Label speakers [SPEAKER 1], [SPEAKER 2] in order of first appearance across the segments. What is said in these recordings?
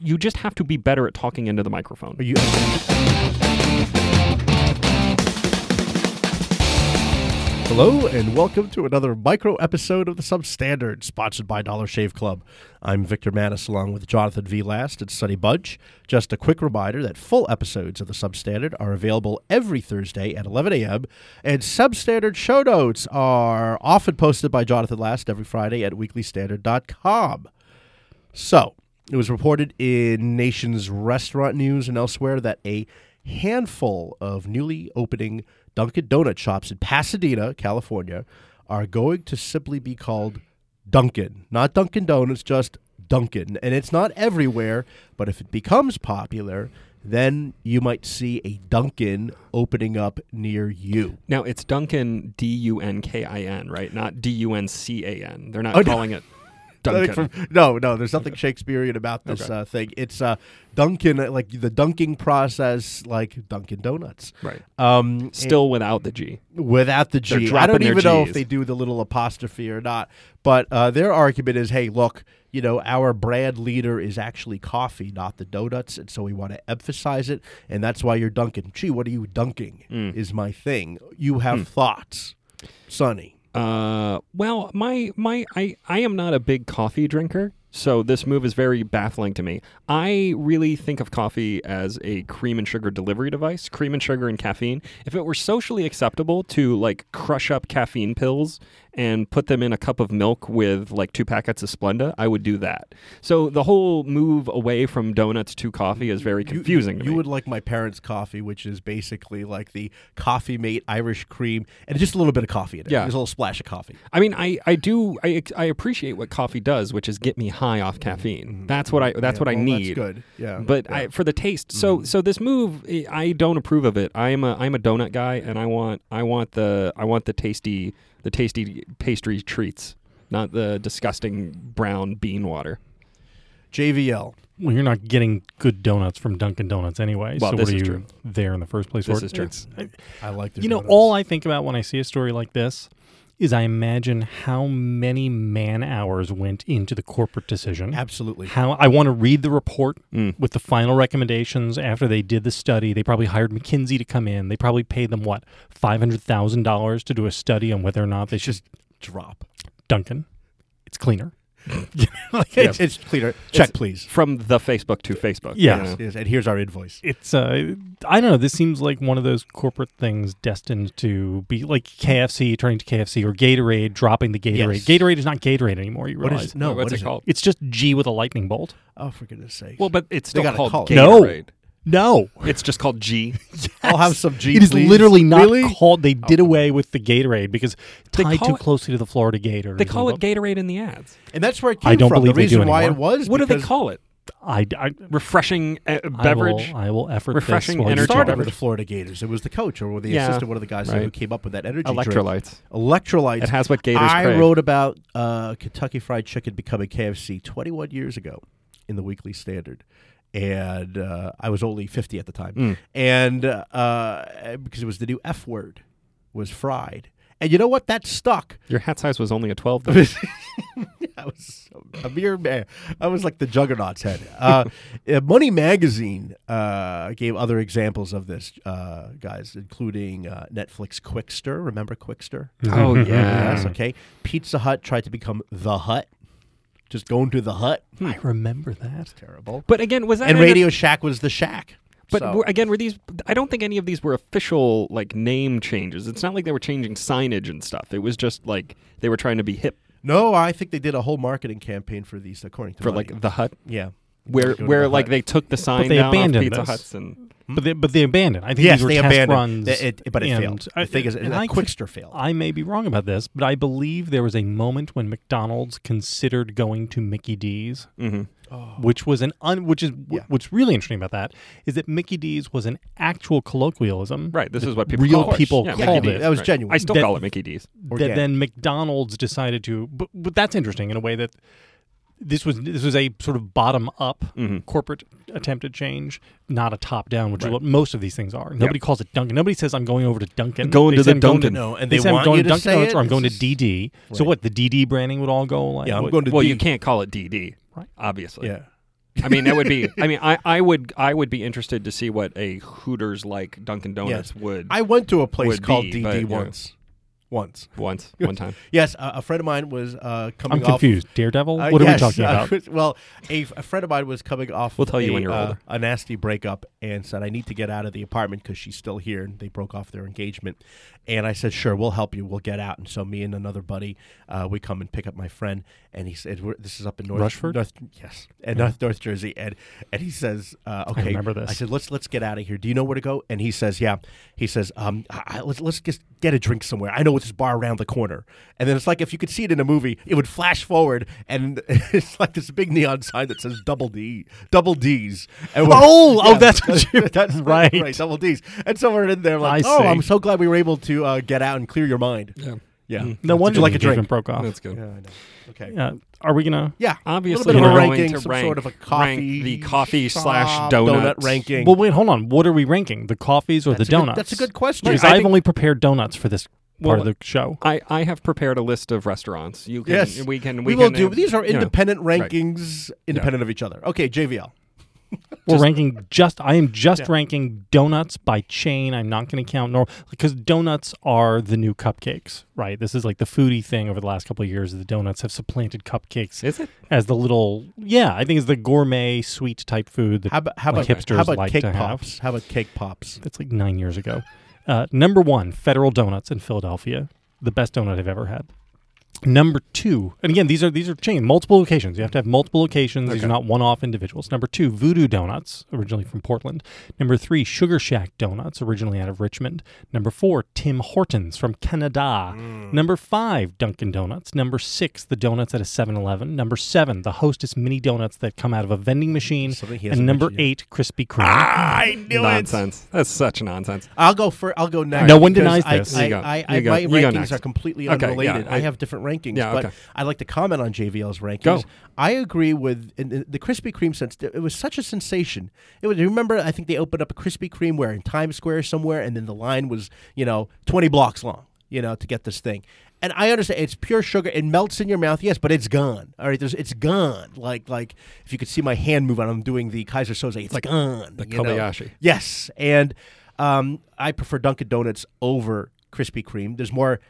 [SPEAKER 1] You just have to be better at talking into the microphone.
[SPEAKER 2] Are you? Hello and welcome to another micro episode of the Substandard, sponsored by Dollar Shave Club. I'm Victor Mattis, along with Jonathan V. Last and Sunny Budge. Just a quick reminder that full episodes of the Substandard are available every Thursday at 11 a.m. and Substandard show notes are often posted by Jonathan Last every Friday at weeklystandard.com. So, it was reported in Nation's Restaurant News and elsewhere that a handful of newly opening Dunkin' Donut shops in Pasadena, California, are going to simply be called Dunkin'. Not Dunkin' Donuts, just Dunkin'. And it's not everywhere, but if it becomes popular, then you might see a Dunkin' opening up near you.
[SPEAKER 1] Now it's Duncan D U N K I N, right? Not D U N C A N. They're not
[SPEAKER 2] Oh, no.
[SPEAKER 1] calling it
[SPEAKER 2] Nothing
[SPEAKER 1] Duncan.
[SPEAKER 2] from- no, no, there's nothing Shakespearean about this
[SPEAKER 1] Okay.
[SPEAKER 2] uh, thing. It's uh, Dunkin', like the dunking process, like Dunkin' Donuts.
[SPEAKER 1] right.
[SPEAKER 2] Um,
[SPEAKER 1] Still without the G.
[SPEAKER 2] without the
[SPEAKER 1] They're
[SPEAKER 2] G. I
[SPEAKER 1] dropping
[SPEAKER 2] don't
[SPEAKER 1] their
[SPEAKER 2] even know if
[SPEAKER 1] Gs.
[SPEAKER 2] they do the little apostrophe or not. But uh, their argument is, hey, look, you know, our brand leader is actually coffee, not the donuts, and so we want to emphasize it, and that's why you're dunking. Gee, what are you dunking?
[SPEAKER 1] Mm.
[SPEAKER 2] Is my thing. You
[SPEAKER 1] Hmm.
[SPEAKER 2] have thoughts, Sonny.
[SPEAKER 1] Uh, well, my my I I am not a big coffee drinker, so this move is very baffling to me. I really think of coffee as a cream and sugar delivery device, cream and sugar and caffeine. If it were socially acceptable to like crush up caffeine pills and put them in a cup of milk with like two packets of Splenda, I would do that. So the whole move away from donuts to coffee is very
[SPEAKER 2] You-
[SPEAKER 1] confusing
[SPEAKER 2] You,
[SPEAKER 1] to
[SPEAKER 2] you
[SPEAKER 1] me.
[SPEAKER 2] would like my parents' coffee, which is basically like the coffee mate Irish cream, and just a little bit of coffee in it.
[SPEAKER 1] Yeah.
[SPEAKER 2] Just a little splash of coffee.
[SPEAKER 1] I mean, I, I do I, I appreciate what coffee does, which is get me high off caffeine. That's what I that's what I
[SPEAKER 2] Mm-hmm. Well,
[SPEAKER 1] need.
[SPEAKER 2] That's good. Oh, Yeah. Mm-hmm.
[SPEAKER 1] but I, for the taste. So so this move, I- I don't approve of it. I'm a I'm a donut guy, and I want I want the I want the tasty the tasty pastry treats, not the disgusting brown bean water.
[SPEAKER 2] JVL.
[SPEAKER 3] Well, you're not getting good donuts from Dunkin' Donuts anyway.
[SPEAKER 1] Well,
[SPEAKER 3] so
[SPEAKER 1] this
[SPEAKER 3] what are
[SPEAKER 1] is
[SPEAKER 3] you
[SPEAKER 1] true.
[SPEAKER 3] there in the first place?
[SPEAKER 1] This
[SPEAKER 3] for?
[SPEAKER 1] is true.
[SPEAKER 3] It's- I-
[SPEAKER 2] I like their
[SPEAKER 3] you know,
[SPEAKER 2] donuts.
[SPEAKER 3] all I think about when I see a story like this is I imagine how many man hours went into the corporate decision.
[SPEAKER 2] Absolutely.
[SPEAKER 3] How I want to read the report
[SPEAKER 1] Mm.
[SPEAKER 3] with the final recommendations after they did the study. They probably hired McKinsey to come in. They probably paid them what five hundred thousand dollars to do a study on whether or not they should
[SPEAKER 2] Just drop.
[SPEAKER 3] Dunkin'. It's cleaner. Like,
[SPEAKER 2] It's, it's cleaner. Check, please.
[SPEAKER 1] From the Facebook to Facebook.
[SPEAKER 3] Yeah.
[SPEAKER 1] you know?
[SPEAKER 2] Yes, and here's our invoice.
[SPEAKER 3] it's uh I don't know. This seems like one of those corporate things destined to be like KFC turning to KFC or Gatorade dropping the
[SPEAKER 2] Yes.
[SPEAKER 3] Gatorade. Gatorade is not Gatorade anymore. You
[SPEAKER 2] What
[SPEAKER 3] realize
[SPEAKER 2] is no?
[SPEAKER 1] What's
[SPEAKER 2] what is
[SPEAKER 1] it called?
[SPEAKER 3] it's just G with a lightning bolt.
[SPEAKER 2] Oh, for goodness' sake!
[SPEAKER 1] Well, but it's
[SPEAKER 2] They
[SPEAKER 1] still
[SPEAKER 2] gotta call
[SPEAKER 1] called
[SPEAKER 2] it.
[SPEAKER 3] No.
[SPEAKER 1] Gatorade.
[SPEAKER 3] No,
[SPEAKER 1] It's just called G.
[SPEAKER 2] I'll have some G.
[SPEAKER 3] it is
[SPEAKER 2] please.
[SPEAKER 3] literally not
[SPEAKER 2] Really? Oh.
[SPEAKER 3] called. They did away with the Gatorade because
[SPEAKER 1] They
[SPEAKER 3] tied
[SPEAKER 1] call
[SPEAKER 3] too
[SPEAKER 1] it-
[SPEAKER 3] closely to the Florida Gator.
[SPEAKER 1] They
[SPEAKER 3] is
[SPEAKER 1] call
[SPEAKER 3] what-
[SPEAKER 1] it Gatorade in the ads.
[SPEAKER 2] and that's where it came
[SPEAKER 3] I don't
[SPEAKER 2] from.
[SPEAKER 3] believe
[SPEAKER 2] the
[SPEAKER 3] they do
[SPEAKER 2] reason why it
[SPEAKER 3] anymore.
[SPEAKER 2] was.
[SPEAKER 1] What do they
[SPEAKER 2] because-
[SPEAKER 1] call it?
[SPEAKER 3] I, I,
[SPEAKER 1] Refreshing uh,
[SPEAKER 3] I
[SPEAKER 1] beverage.
[SPEAKER 3] will, I will effort
[SPEAKER 1] Refreshing
[SPEAKER 3] this while you
[SPEAKER 2] It
[SPEAKER 1] energy
[SPEAKER 3] talk.
[SPEAKER 2] started with the Florida Gators. It was the coach or the
[SPEAKER 1] Yeah,
[SPEAKER 2] assistant, one of the guys who
[SPEAKER 1] right.
[SPEAKER 2] came up with that energy drink.
[SPEAKER 1] Electrolytes.
[SPEAKER 2] Electrolytes.
[SPEAKER 1] It has what Gators
[SPEAKER 2] I
[SPEAKER 1] crave.
[SPEAKER 2] wrote about uh, Kentucky Fried Chicken becoming KFC 21 years ago in the Weekly Standard. And uh, I was only 50 at the time. And uh, because it was the new F word, was fried. And you know what? That stuck.
[SPEAKER 1] Your hat size was only a 12, though.
[SPEAKER 2] I was a mere man. I was like the juggernaut's head. Uh, uh, Money Magazine uh, gave other examples of this, uh, guys, including uh, Netflix Quickster. Remember Quickster?
[SPEAKER 1] oh,
[SPEAKER 2] Yes,
[SPEAKER 1] yeah.
[SPEAKER 2] okay. Pizza Hut tried to become the Hut, just going to the Hut.
[SPEAKER 3] I remember that.
[SPEAKER 2] Terrible.
[SPEAKER 1] But again, was that
[SPEAKER 2] And
[SPEAKER 1] in a-
[SPEAKER 2] Radio Shack was the Shack.
[SPEAKER 1] But
[SPEAKER 2] So-
[SPEAKER 1] were, again, were these? I don't think any of these were official like name changes. It's not like they were changing signage and stuff. It was just like they were trying to be hip
[SPEAKER 2] no, I think they did a whole marketing campaign for these, according to
[SPEAKER 1] for
[SPEAKER 2] Money.
[SPEAKER 1] like the hut,
[SPEAKER 2] yeah,
[SPEAKER 1] where
[SPEAKER 2] Go to
[SPEAKER 1] where
[SPEAKER 2] the
[SPEAKER 1] like
[SPEAKER 2] Hut.
[SPEAKER 1] they took the sign
[SPEAKER 3] they
[SPEAKER 1] down off
[SPEAKER 3] abandoned
[SPEAKER 1] Pizza
[SPEAKER 3] this.
[SPEAKER 1] Huts and
[SPEAKER 3] But they, but they abandoned. I think
[SPEAKER 2] Hmm. yes,
[SPEAKER 3] these were
[SPEAKER 2] they
[SPEAKER 3] test
[SPEAKER 2] abandoned.
[SPEAKER 3] runs.
[SPEAKER 2] Th- it- but it
[SPEAKER 3] and-
[SPEAKER 2] failed. The thing is,
[SPEAKER 3] and
[SPEAKER 2] and
[SPEAKER 3] I could-
[SPEAKER 2] Quickster failed.
[SPEAKER 3] I may be wrong about this, but I believe there was a moment when McDonald's considered going to Mickey D's,
[SPEAKER 1] mm-hmm.
[SPEAKER 3] which was an un, which is
[SPEAKER 2] Yeah.
[SPEAKER 3] what's really interesting about that is that Mickey D's was an actual colloquialism.
[SPEAKER 1] right. This
[SPEAKER 3] that
[SPEAKER 1] is what people
[SPEAKER 3] real
[SPEAKER 1] call it.
[SPEAKER 3] people
[SPEAKER 1] Yeah,
[SPEAKER 3] called
[SPEAKER 1] Mickey
[SPEAKER 3] it.
[SPEAKER 1] D's,
[SPEAKER 2] That was
[SPEAKER 1] right.
[SPEAKER 2] genuine.
[SPEAKER 1] I still
[SPEAKER 3] That-
[SPEAKER 1] call it Mickey D's.
[SPEAKER 3] that
[SPEAKER 2] Organic.
[SPEAKER 3] then McDonald's decided to. But, but that's interesting in a way that this was this was a sort of bottom up
[SPEAKER 1] Mm-hmm.
[SPEAKER 3] corporate attempt at change, not a top down, which is what most of these things are. Nobody calls it Dunkin'. Nobody says I'm going over to Dunkin'.
[SPEAKER 1] Going
[SPEAKER 3] They
[SPEAKER 1] to
[SPEAKER 3] say,
[SPEAKER 1] the
[SPEAKER 3] "I'm going
[SPEAKER 1] Dunkin'."
[SPEAKER 2] No, Oh, and they
[SPEAKER 3] say,
[SPEAKER 2] want
[SPEAKER 3] I'm going
[SPEAKER 2] you to
[SPEAKER 3] to Dunkin'
[SPEAKER 2] say
[SPEAKER 3] Donuts or
[SPEAKER 2] it.
[SPEAKER 3] I'm going to
[SPEAKER 2] It's just-
[SPEAKER 3] DD. So
[SPEAKER 2] Right.
[SPEAKER 3] what? The DD branding would all go like
[SPEAKER 2] yeah, I'm
[SPEAKER 3] what-
[SPEAKER 2] going to.
[SPEAKER 1] Well,
[SPEAKER 2] D.
[SPEAKER 1] you can't call it DD,
[SPEAKER 3] Right.
[SPEAKER 1] Obviously,
[SPEAKER 2] Yeah.
[SPEAKER 1] I mean, that would be. I mean, I, I would I would be interested to see what a Hooters like Dunkin' Donuts
[SPEAKER 2] Yes.
[SPEAKER 1] would
[SPEAKER 2] I went to a place
[SPEAKER 1] Would
[SPEAKER 2] called
[SPEAKER 1] be,
[SPEAKER 2] DD
[SPEAKER 1] but, yeah.
[SPEAKER 2] once. Once.
[SPEAKER 1] once one time.
[SPEAKER 2] Yes, a, a friend of mine was uh, coming
[SPEAKER 3] I'm
[SPEAKER 2] off.
[SPEAKER 3] confused. Daredevil?
[SPEAKER 2] Uh,
[SPEAKER 3] what are
[SPEAKER 2] yes,
[SPEAKER 3] we talking
[SPEAKER 2] uh,
[SPEAKER 3] about?
[SPEAKER 2] well, a, a friend of mine was coming off.
[SPEAKER 1] We'll tell you
[SPEAKER 2] a,
[SPEAKER 1] when you're
[SPEAKER 2] uh,
[SPEAKER 1] older.
[SPEAKER 2] A nasty breakup, and said, "I need to get out of the apartment because she's still here." And they broke off their engagement, and I said, "Sure, we'll help you. We'll get out." And so me and another buddy, uh, we come and pick up my friend, and he said, we're, "This is up in North
[SPEAKER 3] Rushford?
[SPEAKER 2] North, yes, and North, North Jersey." And and he says, uh, "Okay,
[SPEAKER 3] remember this.
[SPEAKER 2] I said, "Let's let's get out of here. Do you know where to go?" And he says, "Yeah." He says, "Um, I, I- let's let's just get a drink somewhere. I know it's this bar around the corner." And then it's like if you could see it in a movie, it would flash forward, and it's like this big neon sign that says "Double D, Double D's." And we're-
[SPEAKER 3] Oh, oh, that's what you-
[SPEAKER 2] that's
[SPEAKER 3] right.
[SPEAKER 2] right, Double D's. And so we're in there like,
[SPEAKER 3] I
[SPEAKER 2] "Oh,
[SPEAKER 3] see. Mm-hmm.
[SPEAKER 2] I'm so glad we were able to uh, get out and clear your mind." Yeah, yeah.
[SPEAKER 3] No wonder
[SPEAKER 2] like
[SPEAKER 3] the
[SPEAKER 2] a drink.
[SPEAKER 3] engagement broke off.
[SPEAKER 1] That's good.
[SPEAKER 2] Yeah, I know. Okay.
[SPEAKER 3] Uh, are we gonna?
[SPEAKER 2] Yeah,
[SPEAKER 1] Obviously,
[SPEAKER 2] a little bit
[SPEAKER 1] we're
[SPEAKER 2] of a
[SPEAKER 1] going
[SPEAKER 2] ranking,
[SPEAKER 1] to
[SPEAKER 2] some
[SPEAKER 1] rank-
[SPEAKER 2] sort of a
[SPEAKER 1] rank
[SPEAKER 2] coffee,
[SPEAKER 1] the coffee
[SPEAKER 2] shop,
[SPEAKER 1] slash
[SPEAKER 2] donut
[SPEAKER 1] donuts.
[SPEAKER 2] ranking.
[SPEAKER 3] Well, wait, hold on. What are we ranking? The coffees or
[SPEAKER 2] That's
[SPEAKER 3] the
[SPEAKER 2] a good-
[SPEAKER 3] donuts?
[SPEAKER 2] that's a good question.
[SPEAKER 3] Because
[SPEAKER 1] I
[SPEAKER 3] I've
[SPEAKER 1] think-
[SPEAKER 3] only prepared donuts for this part of
[SPEAKER 1] Well,
[SPEAKER 3] the show.
[SPEAKER 1] I, I have prepared a list of restaurants. You can
[SPEAKER 2] Yes,
[SPEAKER 1] we can we,
[SPEAKER 2] we, will
[SPEAKER 1] can,
[SPEAKER 2] do.
[SPEAKER 1] uh,
[SPEAKER 2] These are
[SPEAKER 1] you know.
[SPEAKER 2] independent rankings, independent of each other. Okay, JVL.
[SPEAKER 3] We're ranking just. I am just ranking donuts by chain. I'm not going to count normal because donuts are the new cupcakes, right? This is like the foodie thing over the last couple of years. The donuts have supplanted cupcakes
[SPEAKER 1] Is it?
[SPEAKER 3] as the little. Yeah, I think it's the gourmet sweet type food. That,
[SPEAKER 2] How about how about
[SPEAKER 3] Like hipsters
[SPEAKER 2] how about
[SPEAKER 3] like
[SPEAKER 2] cake
[SPEAKER 3] to have.
[SPEAKER 2] pops? How about cake pops?
[SPEAKER 3] that's like nine years ago. Uh, number one, Federal Donuts in Philadelphia, the best donut I've ever had. Number two, and again, these are these are chain multiple locations. You have to have multiple locations. These are
[SPEAKER 1] Okay.
[SPEAKER 3] not one-off individuals. Number two, Voodoo Donuts, originally from Portland. Number three, Sugar Shack Donuts, originally out of Richmond. Number four, Tim Hortons from Canada.
[SPEAKER 2] Mm.
[SPEAKER 3] Number five, Dunkin' Donuts. Number six, the donuts at a 7-Eleven. Number seven, the Hostess mini donuts that come out of a vending machine.
[SPEAKER 2] Something he hasn't
[SPEAKER 3] And number
[SPEAKER 2] mentioned yet.
[SPEAKER 3] eight, Krispy Kreme.
[SPEAKER 2] I knew
[SPEAKER 1] Nonsense. That's such nonsense.
[SPEAKER 2] I'll go for I'll go next.
[SPEAKER 3] No one
[SPEAKER 2] because
[SPEAKER 3] denies
[SPEAKER 2] I-
[SPEAKER 3] this.
[SPEAKER 2] I,
[SPEAKER 1] You go.
[SPEAKER 2] I, I,
[SPEAKER 1] You go.
[SPEAKER 2] my
[SPEAKER 1] You go
[SPEAKER 2] rankings
[SPEAKER 1] next.
[SPEAKER 2] are completely
[SPEAKER 1] Okay, yeah,
[SPEAKER 2] unrelated. I,
[SPEAKER 1] I-
[SPEAKER 2] have different rankings,
[SPEAKER 1] Yeah,
[SPEAKER 2] but
[SPEAKER 1] okay.
[SPEAKER 2] I like to comment on JVL's rankings.
[SPEAKER 1] Go.
[SPEAKER 2] I agree with in, in the Krispy Kreme sense. th- It was such a sensation. It was. Remember, I think they opened up a Krispy Kreme where in Times Square somewhere, and then the line was you know twenty blocks long. You know to get this thing. And I understand it's pure sugar. It melts in your mouth, yes, but it's gone. All right, there's, it's gone. Like like if you could see my hand move on, I'm doing the Kaiser Soze. It's like gone. The
[SPEAKER 1] Kobayashi.
[SPEAKER 2] Yes, and um, I prefer Dunkin' Donuts over Krispy Kreme. There's more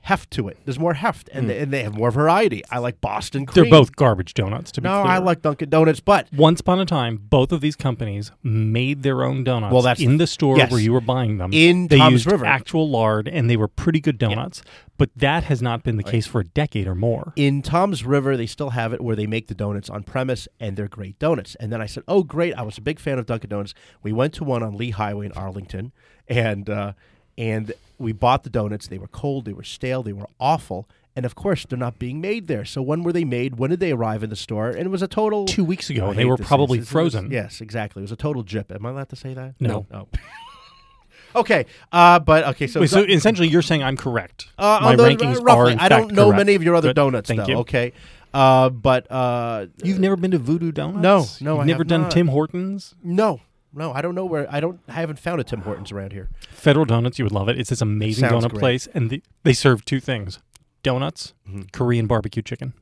[SPEAKER 2] heft to it. There's more heft, and, they, and they have more variety. I like Boston
[SPEAKER 3] Hmm. They're
[SPEAKER 2] cream.
[SPEAKER 3] both garbage donuts, to be
[SPEAKER 2] No,
[SPEAKER 3] clear.
[SPEAKER 2] I like Dunkin' Donuts, but
[SPEAKER 3] Once upon a time, both of these companies made their own donuts
[SPEAKER 2] Well, that's-
[SPEAKER 3] in the store
[SPEAKER 2] yes.
[SPEAKER 3] where you were buying them.
[SPEAKER 2] In
[SPEAKER 3] they
[SPEAKER 2] Tom's
[SPEAKER 3] used
[SPEAKER 2] River.
[SPEAKER 3] actual lard, and they were pretty good donuts. But that has not been the case for a decade or more.
[SPEAKER 2] in Tom's River, they still have it where they make the donuts on premise, and they're great donuts. And then I said, "Oh, great! I was a big fan of Dunkin' Donuts. We went to one on Lee Highway in Arlington, and uh, and we bought the donuts. They were cold, they were stale, they were awful." And of course, they're not being made there. So when were they made? When did they arrive in the store? And it was a total
[SPEAKER 3] Two weeks ago,
[SPEAKER 2] I
[SPEAKER 3] Oh, they
[SPEAKER 2] hate
[SPEAKER 3] were
[SPEAKER 2] this.
[SPEAKER 3] probably
[SPEAKER 2] It's- it's- it's-
[SPEAKER 3] frozen.
[SPEAKER 2] yes, exactly. It was a total jip. Am I allowed to say that?
[SPEAKER 3] No.
[SPEAKER 2] Oh. okay. Uh, but okay. So,
[SPEAKER 3] Wait, so essentially, you're saying I'm correct.
[SPEAKER 2] uh,
[SPEAKER 3] My
[SPEAKER 2] although, uh,
[SPEAKER 3] rankings are
[SPEAKER 2] roughly,
[SPEAKER 3] in
[SPEAKER 2] I don't
[SPEAKER 3] fact,
[SPEAKER 2] know
[SPEAKER 3] correct.
[SPEAKER 2] many of your other
[SPEAKER 3] Good.
[SPEAKER 2] donuts
[SPEAKER 3] Thank
[SPEAKER 2] though.
[SPEAKER 3] you.
[SPEAKER 2] Okay. Uh, but uh,
[SPEAKER 3] You've never been to Voodoo Donuts?
[SPEAKER 2] No, no,
[SPEAKER 3] You've
[SPEAKER 2] I
[SPEAKER 3] never
[SPEAKER 2] have
[SPEAKER 3] done
[SPEAKER 2] not.
[SPEAKER 3] Tim Hortons?
[SPEAKER 2] no, no, I don't know where. I don't. I haven't found a Tim Hortons around here.
[SPEAKER 3] Federal Donuts, you would love it. It's this amazing
[SPEAKER 2] Sounds
[SPEAKER 3] donut
[SPEAKER 2] great.
[SPEAKER 3] place, and the, they serve two things: donuts,
[SPEAKER 2] Mm-hmm.
[SPEAKER 3] Korean barbecue chicken.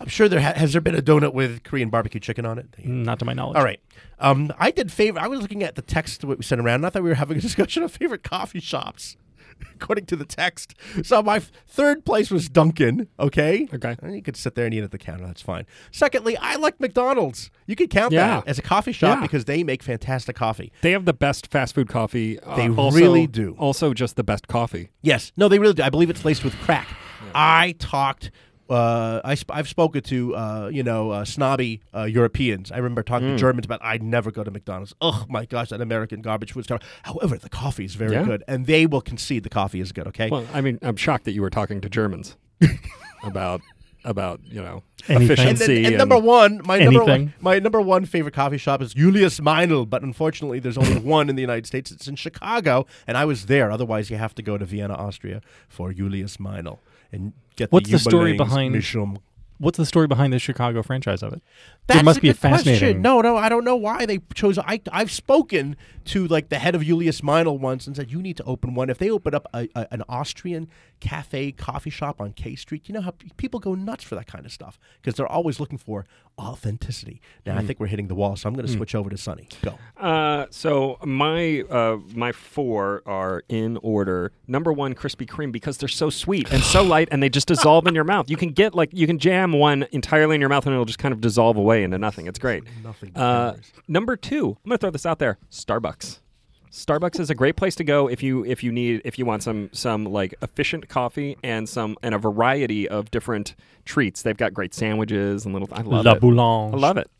[SPEAKER 2] I'm sure there ha- has there been a donut with Korean barbecue chicken on it.
[SPEAKER 3] Not to my knowledge.
[SPEAKER 2] All right. Um, I did favorite. I was looking at the text that we sent around. and I thought we were having a discussion of favorite coffee shops, according to the text. So my f- third place was Dunkin'. Okay.
[SPEAKER 1] Okay.
[SPEAKER 2] And you could sit there and eat at the counter. That's fine. Secondly, I like McDonald's. You could count
[SPEAKER 1] Yeah.
[SPEAKER 2] that as a coffee shop
[SPEAKER 1] Yeah.
[SPEAKER 2] because they make fantastic coffee.
[SPEAKER 1] They have the best fast food coffee. uh,
[SPEAKER 2] They
[SPEAKER 1] also-
[SPEAKER 2] really do.
[SPEAKER 1] Also, just the best coffee.
[SPEAKER 2] Yes. No, they really do. I believe it's laced with crack. I talked. Uh, I sp- I've spoken to uh, you know uh, snobby uh, Europeans. I remember talking
[SPEAKER 3] Mm.
[SPEAKER 2] to Germans about I never go to McDonald's. Oh my gosh, that American garbage food store. However, the coffee is very
[SPEAKER 1] Yeah.
[SPEAKER 2] good, and they will concede the coffee is good. Okay,
[SPEAKER 1] Well, I mean, I'm shocked that you were talking to Germans about about you know
[SPEAKER 3] Anything.
[SPEAKER 2] and, then,
[SPEAKER 1] efficiency.
[SPEAKER 2] and number one, my number one,
[SPEAKER 3] Anything.
[SPEAKER 2] my number one favorite coffee shop is Julius Meinl, but unfortunately, there's only one in the United States. It's in Chicago, and I was there. Otherwise, you have to go to Vienna, Austria, for Julius Meinl and get
[SPEAKER 3] What's
[SPEAKER 2] the,
[SPEAKER 3] the story
[SPEAKER 2] Jubiläums
[SPEAKER 3] behind-
[SPEAKER 2] Mischung.
[SPEAKER 3] What's the story behind the Chicago franchise of it?
[SPEAKER 2] That's
[SPEAKER 3] there must be a
[SPEAKER 2] good question.
[SPEAKER 3] fascinating.
[SPEAKER 2] No, no, I don't know why they chose. I I've spoken to like the head of Julius Meinl once and said you need to open one. If they open up a, a, an Austrian cafe coffee shop on K Street, you know how pe- people go nuts for that kind of stuff because they're always looking for authenticity. Now I think we're hitting the wall, so I'm going to switch over to Sunny. Go.
[SPEAKER 1] Uh, so my uh, my four are in order. Number one, Krispy Kreme because they're so sweet and so light, and they just dissolve in your mouth. You can get like you can jam one entirely in your mouth, and it'll just kind of dissolve away into nothing. It's great.
[SPEAKER 2] Nothing but
[SPEAKER 1] Uh, number two, I'm gonna throw this out there: Starbucks. Starbucks is a great place to go if you if you need if you want some some like efficient coffee and some and a variety of different treats. They've got great sandwiches and little. I love
[SPEAKER 3] La
[SPEAKER 1] it.
[SPEAKER 3] Boulange.
[SPEAKER 1] I love it.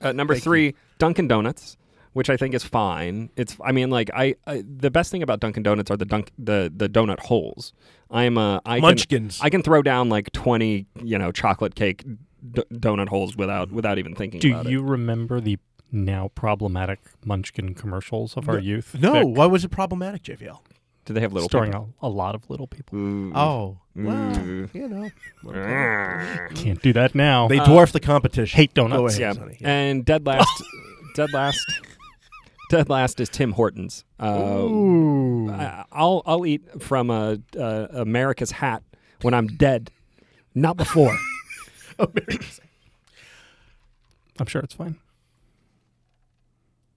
[SPEAKER 1] uh, number three, Dunkin' Donuts, which I think is fine. It's I mean like I, I the best thing about Dunkin' Donuts are the dunk the the donut holes. I'm a I
[SPEAKER 2] Munchkins.
[SPEAKER 1] Can, I can throw down like twenty you know chocolate cake d- donut holes without without even thinking.
[SPEAKER 3] Do
[SPEAKER 1] about
[SPEAKER 3] you remember the now problematic Munchkin commercials of our youth?
[SPEAKER 2] no,
[SPEAKER 3] They're
[SPEAKER 2] why was it problematic, JVL?
[SPEAKER 1] it. Do they have little?
[SPEAKER 3] starring
[SPEAKER 1] people?
[SPEAKER 3] a, a lot of little people.
[SPEAKER 1] Ooh.
[SPEAKER 2] Oh, well,
[SPEAKER 1] Mm.
[SPEAKER 2] you know,
[SPEAKER 3] Can't do that now.
[SPEAKER 2] Mm-hmm. they dwarf the competition.
[SPEAKER 3] hate donuts.
[SPEAKER 2] Go ahead,
[SPEAKER 1] yeah.
[SPEAKER 2] Sonny. Yeah.
[SPEAKER 1] And dead last, dead last, dead last is Tim Hortons. Uh,
[SPEAKER 3] Ooh.
[SPEAKER 1] I, I'll I'll eat from a, uh America's hat when I'm dead, not before.
[SPEAKER 3] I'm sure it's fine.